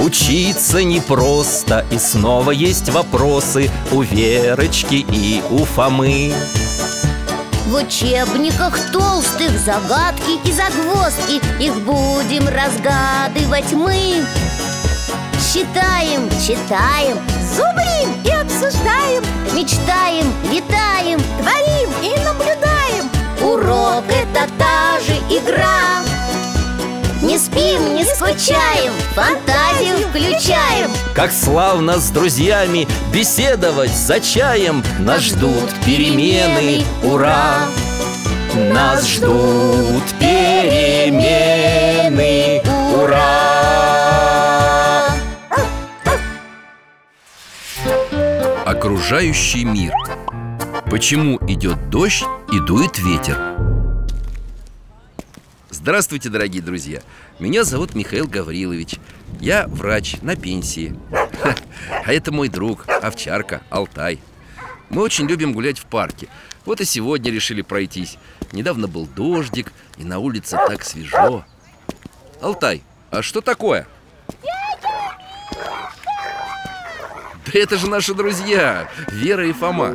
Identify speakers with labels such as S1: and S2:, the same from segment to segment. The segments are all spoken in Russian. S1: Учиться непросто И снова есть вопросы У Верочки и у Фомы
S2: В учебниках толстых загадки и загвоздки Их будем разгадывать мы Считаем, читаем,
S3: зубрим и обсуждаем
S2: мечтаем, витаем
S3: Творим и наблюдаем
S2: Урок – это та же игра Не спим, не скучаем, фантазию включаем
S1: Как славно с друзьями Беседовать за чаем Нас ждут перемены, ура! Нас ждут перемены, ура!
S4: Окружающий мир Почему идет дождь и дует ветер? Здравствуйте, дорогие друзья! Меня зовут Михаил Гаврилович Я врач на пенсии Ха, А это мой друг, овчарка, Алтай Мы очень любим гулять в парке Вот и сегодня решили пройтись Недавно был дождик, и на улице так свежо Алтай, а что такое? Да это же наши друзья, Вера и Фома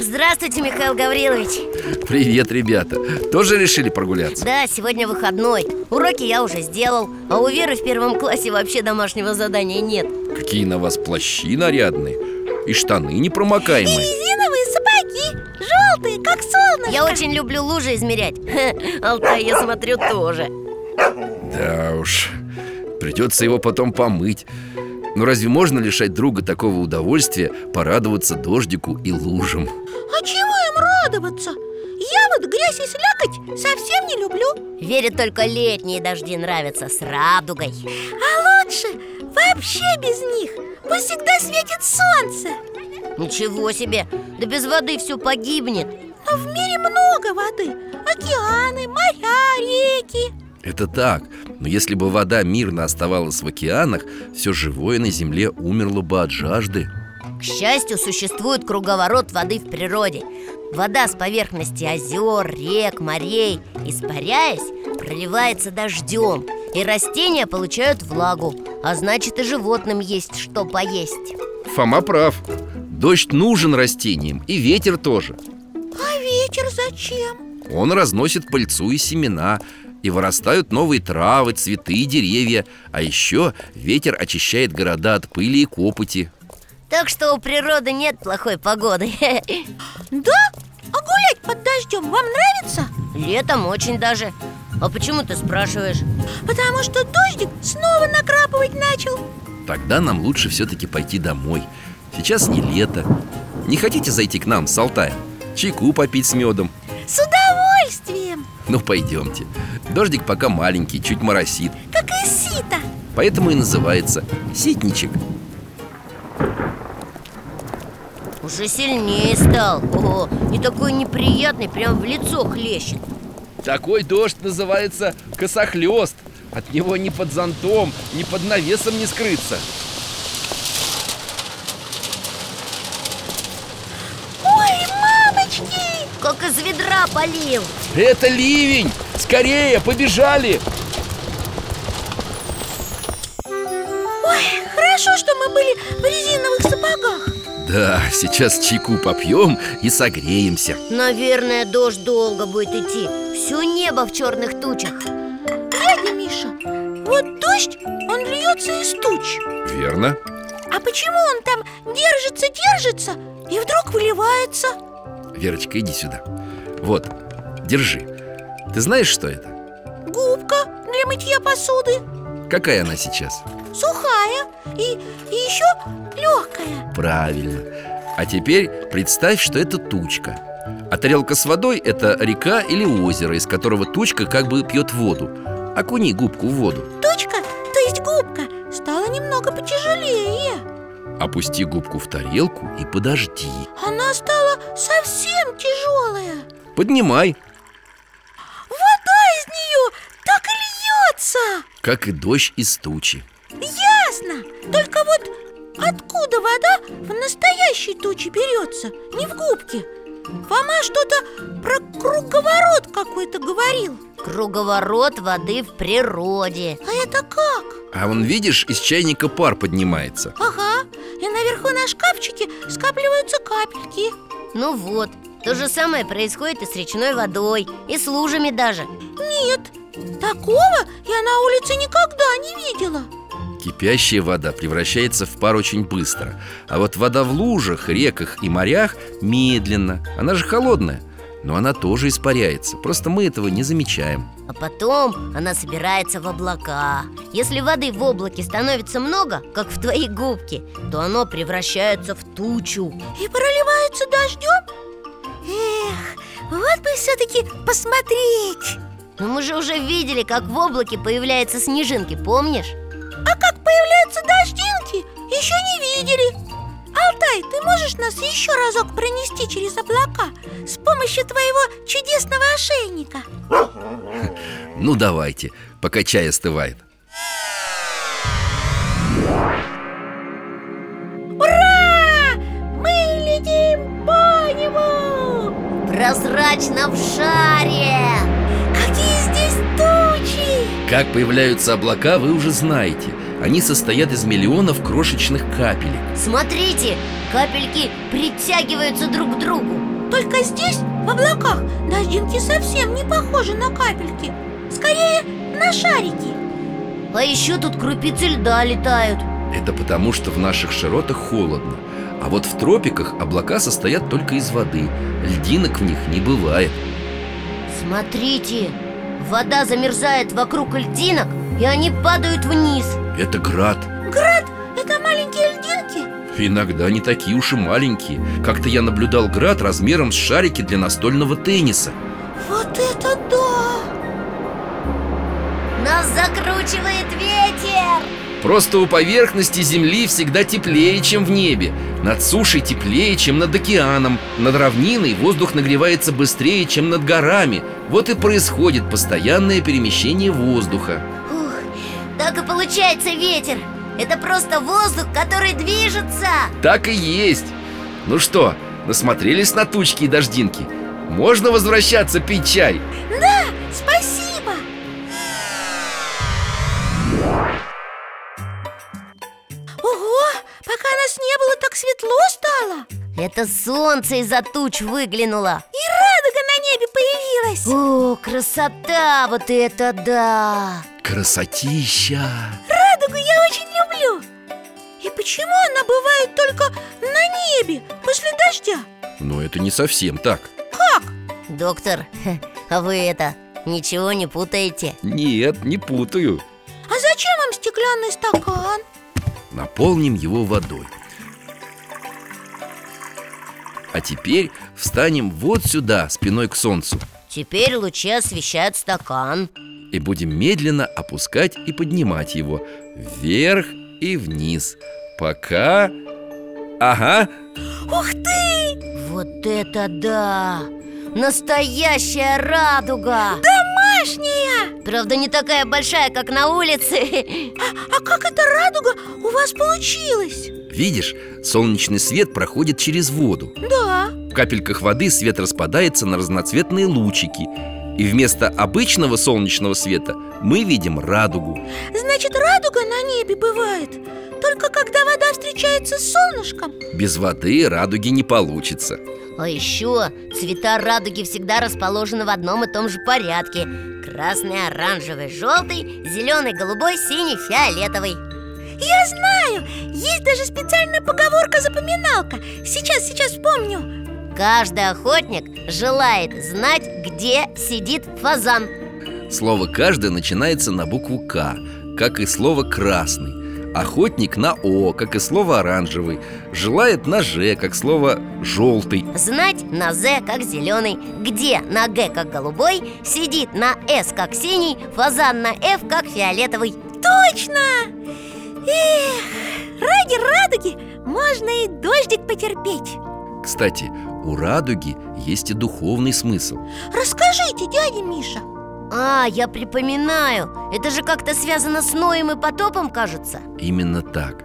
S2: Здравствуйте, Михаил Гаврилович
S4: Привет, ребята! Тоже решили прогуляться?
S2: Да, сегодня выходной Уроки я уже сделал А у Веры в первом классе вообще домашнего задания нет
S4: Какие на вас плащи нарядные и штаны непромокаемые.
S3: Резиновые сапоги, желтые, как солнышко
S2: Я очень люблю лужи измерять Хе, Алтай, я смотрю, тоже
S4: Да уж, придется его потом помыть. Но разве можно лишать друга такого удовольствия порадоваться дождику и лужам?
S3: А чего им радоваться? Я вот грязь и слякоть совсем не люблю
S2: Вере только летние дожди нравятся с радугой
S3: А лучше вообще без них Пусть всегда светит солнце
S2: Ничего себе, да без воды все погибнет
S3: Но в мире много воды Океаны, моря, реки
S4: Это так, но если бы вода мирно оставалась в океанах, все живое на земле умерло бы от жажды.
S2: К счастью, существует круговорот воды в природе Вода с поверхности озер, рек, морей, испаряясь, проливается дождем И растения получают влагу, а значит и животным есть что поесть
S4: Фома прав. Дождь нужен растениям, и ветер тоже.
S3: А ветер зачем?
S4: Он разносит пыльцу и семена И вырастают новые травы, цветы и деревья А еще ветер очищает города от пыли и копоти
S2: Так что у природы нет плохой погоды
S3: Да? А гулять под дождем вам нравится?
S2: Летом очень даже А почему ты спрашиваешь?
S3: Потому что дождик снова накрапывать начал
S4: Тогда нам лучше все-таки пойти домой Сейчас не лето Не хотите зайти к нам с Алтаем? Чайку попить с медом?
S3: С удовольствием,
S4: Ну, пойдемте Дождик пока маленький, чуть моросит
S3: как и сито
S4: Поэтому и называется «Ситничек»
S2: Уже сильнее стал О, и такой неприятный, прям в лицо хлещет
S4: Такой дождь называется косохлёст От него ни под зонтом, ни под навесом не скрыться
S3: Ой, мамочки!
S2: Как из ведра полил
S4: Это ливень! Скорее, побежали!
S3: Ой, хорошо, что мы были в резиновых сапогах
S4: Да, сейчас чайку попьем и согреемся
S2: Наверное, дождь долго будет идти Все небо в черных тучах
S3: Дядя Миша, вот дождь, он льется из туч
S4: Верно
S3: А почему он там держится, держится и вдруг выливается?
S4: Верочка, иди сюда Вот, держи Ты знаешь, что это?
S3: Губка для мытья посуды,
S4: Какая она сейчас?
S3: сухая и, и еще легкая
S4: Правильно А теперь представь, что это тучка А тарелка с водой – это река или озеро Из которого тучка как бы пьет воду Окуни губку в воду
S3: Точка, то есть губка, стала немного потяжелее
S4: Опусти губку в тарелку и подожди
S3: Она стала совсем тяжелая
S4: Поднимай,
S3: Вода из нее так и льется
S4: как и дождь из тучи
S3: Ясно! Только вот откуда вода в настоящей туче берется, не в губке? Фома что-то про круговорот какой-то говорил
S2: Круговорот воды в природе
S3: А это как?
S4: А А вон, видишь, из чайника пар поднимается
S3: Ага, и наверху на шкафчике скапливаются капельки
S2: Ну вот, то же самое происходит и с речной водой, и с лужами даже
S3: Нет, такого я на улице никогда не видела
S4: Кипящая вода превращается в пар очень быстро А вот вода в лужах, реках и морях медленно Она же холодная Но она тоже испаряется Просто мы этого не замечаем
S2: А потом она собирается в облака Если воды в облаке становится много, как в твоей губке То оно превращается в тучу
S3: и проливаются дождем Эх, вот бы все-таки посмотреть
S2: Но мы же уже видели, как в облаке появляются снежинки, помнишь?
S3: А как появляются дождинки, еще не видели Алтай, ты можешь нас еще разок пронести через облака С помощью твоего чудесного ошейника
S4: Ну давайте, пока чай остывает
S3: Ура! Мы летим по нему!
S2: Прозрачно в шаре!
S3: Какие здесь тучи!
S4: Как появляются облака, вы уже знаете Они состоят из миллионов крошечных капелек
S2: Смотрите, капельки притягиваются друг к другу
S3: Только здесь, в облаках, дождинки совсем не похожи на капельки Скорее, на шарики
S2: А еще тут крупицы льда летают
S4: Это потому, что в наших широтах холодно А вот в тропиках облака состоят только из воды Льдинок в них не бывает
S2: Смотрите, вода замерзает вокруг льдинок, и они падают вниз
S4: Это град
S3: Град — это маленькие льдинки?
S4: Иногда не такие уж и маленькие Как-то я наблюдал град размером с шарики для настольного тенниса
S3: Вот это да!
S2: Нас закручивает ветер!
S4: Просто у поверхности Земли всегда теплее, чем в небе Над сушей теплее, чем над океаном Над равниной воздух нагревается быстрее, чем над горами Вот и происходит постоянное перемещение воздуха
S2: Ух, так и получается ветер Это просто воздух, который движется
S4: Так и есть Ну что, насмотрелись на тучки и дождинки? Можно возвращаться пить чай?
S3: Спасибо! Ого! Пока нас не было, так светло стало!
S2: Это солнце из-за туч выглянуло
S3: И радуга на небе появилась!
S2: О, красота, вот это да!
S4: Красотища!
S3: Радугу я очень люблю И почему она бывает только на небе после дождя?
S4: Но это не совсем так
S3: Как?
S2: Доктор, а вы это, ничего не путаете?
S4: Нет, не путаю
S3: А зачем вам стеклянный стакан?
S4: Наполним его водой А теперь встанем вот сюда, спиной к солнцу
S2: Теперь лучи освещают стакан
S4: И будем медленно опускать и поднимать его Вверх и вниз Пока... Ага,
S3: Ух ты!
S2: Вот это да! Настоящая радуга!
S3: Домашняя!
S2: Правда, не такая большая, как на улице
S3: А, а как эта радуга у вас получилась?
S4: видишь, солнечный свет проходит через воду
S3: Да,
S4: В капельках воды свет распадается на разноцветные лучики И вместо обычного солнечного света мы видим радугу
S3: значит радуга на небе бывает Только когда вода встречается с солнышком
S4: Без воды радуги не получится
S2: А еще цвета радуги всегда расположены в одном и том же порядке Красный, оранжевый, желтый, зеленый, голубой, синий, фиолетовый
S3: Я знаю, есть даже специальная поговорка-запоминалка Сейчас, сейчас вспомню
S2: Каждый охотник желает знать, где сидит фазан
S4: Слово «каждый» начинается на букву «К», как и слово «красный». Охотник на «о», как и слово «оранжевый». Желает на «ж», как слово «желтый».
S2: Знать на «з» как зеленый, где на «г» как голубой, сидит на «с» как синий, фазан на «ф» как фиолетовый
S3: Точно! Эх, ради радуги можно и дождик потерпеть
S4: Кстати, у радуги есть и духовный смысл.
S3: Расскажите, дядя Миша
S2: А, я припоминаю, это же как-то связано с Ноем и потопом, кажется
S4: Именно так.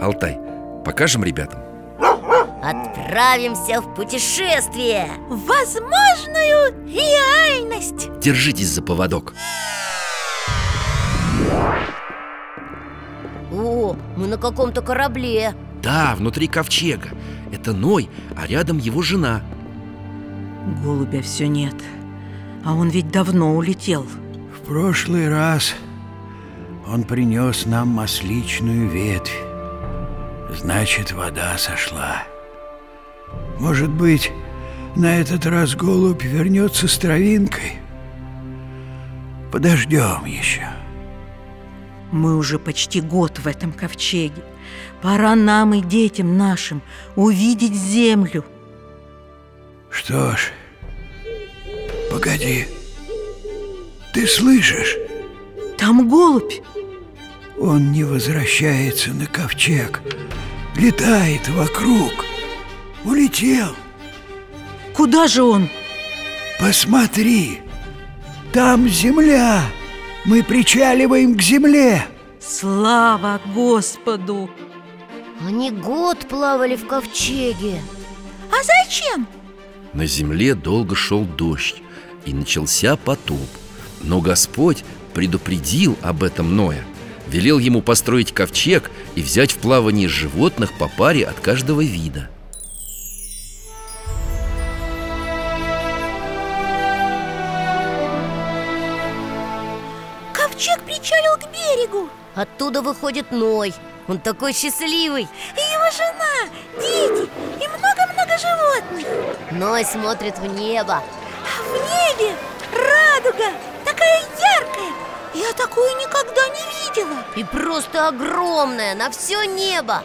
S4: Алтай, покажем ребятам?
S2: Отправимся в путешествие!
S3: Возможную реальность
S4: Держитесь за поводок.
S2: Ого, мы на каком-то корабле
S4: Да, внутри ковчега. Это Ной, а рядом его жена.
S5: Голубя все нет. А он ведь давно улетел.
S6: В прошлый раз он принес нам масличную ветвь. Значит, вода сошла. Может быть, на этот раз голубь вернется с травинкой? Подождем еще.
S5: Мы уже почти год в этом ковчеге. Пора нам и детям нашим увидеть землю.
S6: Что ж, погоди. Ты слышишь?
S5: Там голубь.
S6: Он не возвращается на ковчег. Летает вокруг. Улетел.
S5: Куда же он?
S6: Посмотри. Там земля. Мы причаливаем к земле.
S5: Слава Господу!
S2: Они год плавали в ковчеге
S3: А зачем?
S4: На земле долго шел дождь, и начался потоп. Но Господь предупредил об этом Ноя, велел ему построить ковчег и взять в плавание животных по паре от каждого вида.
S3: Ковчег причалил к берегу
S2: Оттуда выходит Ной Он такой счастливый
S3: И его жена, дети и много-много животных
S2: Ной смотрит в небо
S3: А в небе радуга такая яркая Я такую никогда не видела
S2: И просто огромная на все небо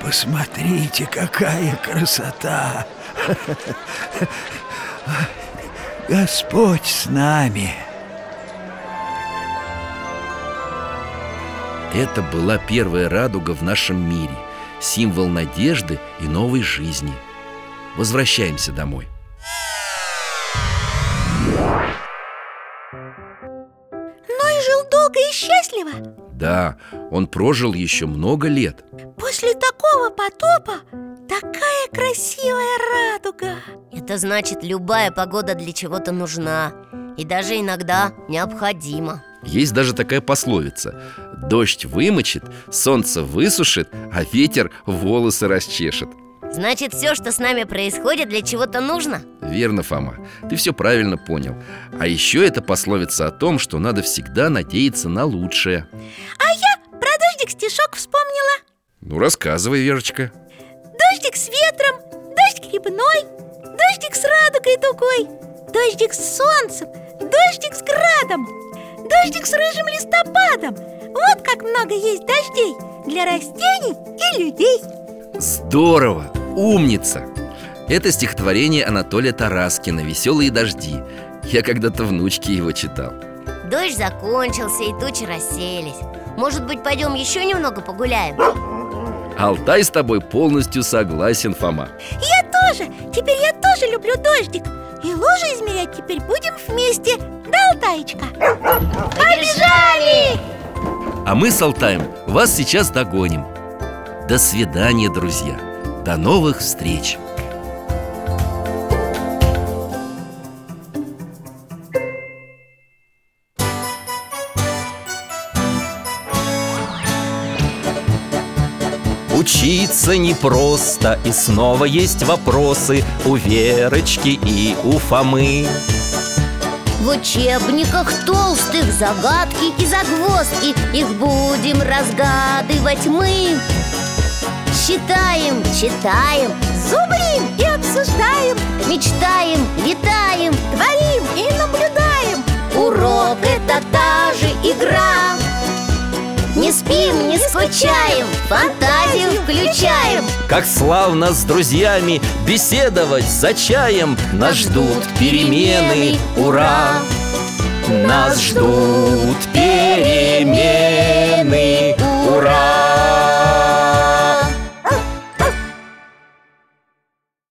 S6: Посмотрите, какая красота! Господь с нами!
S4: Это была первая радуга в нашем мире, символ надежды и новой жизни. Возвращаемся домой.
S3: Ной жил долго и счастливо
S4: Да, он прожил еще много лет.
S3: После такого потопа такая красивая радуга
S2: Это значит, любая погода для чего-то нужна И даже иногда необходима
S4: Есть даже такая пословица Дождь вымочит, солнце высушит, а ветер волосы расчешет
S2: Значит, все, что с нами происходит, для чего-то нужно
S4: Верно, Фома, ты все правильно понял А еще это пословица о том, что надо всегда надеяться на лучшее
S3: А я про дождик стишок вспомнила
S4: Ну, рассказывай, Верочка
S3: Дождик с ветром, дождь грибной, дождик с радугой дугой, дождик с солнцем, дождик с градом, дождик с рыжим листопадом. Вот как много есть дождей для растений и людей.
S4: Здорово! Умница! Это стихотворение Анатолия Тараскина «Веселые дожди» Я когда-то внучке его читал
S2: Дождь закончился, и тучи рассеялись Может быть, пойдем еще немного погуляем?
S4: Алтай с тобой полностью согласен, Фома
S3: Я тоже, теперь я тоже люблю дождик. И лужи измерять теперь будем вместе. Да, Алтаечка? Побежали!
S4: А мы с Алтаем вас сейчас догоним. До свидания, друзья. До новых встреч.
S1: Учиться непросто, и снова есть вопросы у Верочки и у Фомы.
S2: В учебниках толстых загадки и загвоздки Их будем разгадывать мы Считаем, читаем,
S3: Зубрим и обсуждаем,
S2: мечтаем, летаем
S3: творим и наблюдаем.
S2: Урок это та же игра Не спим, не скучаем, фантазию включаем
S1: Как славно с друзьями беседовать за чаем Нас ждут перемены, ура! Нас ждут перемены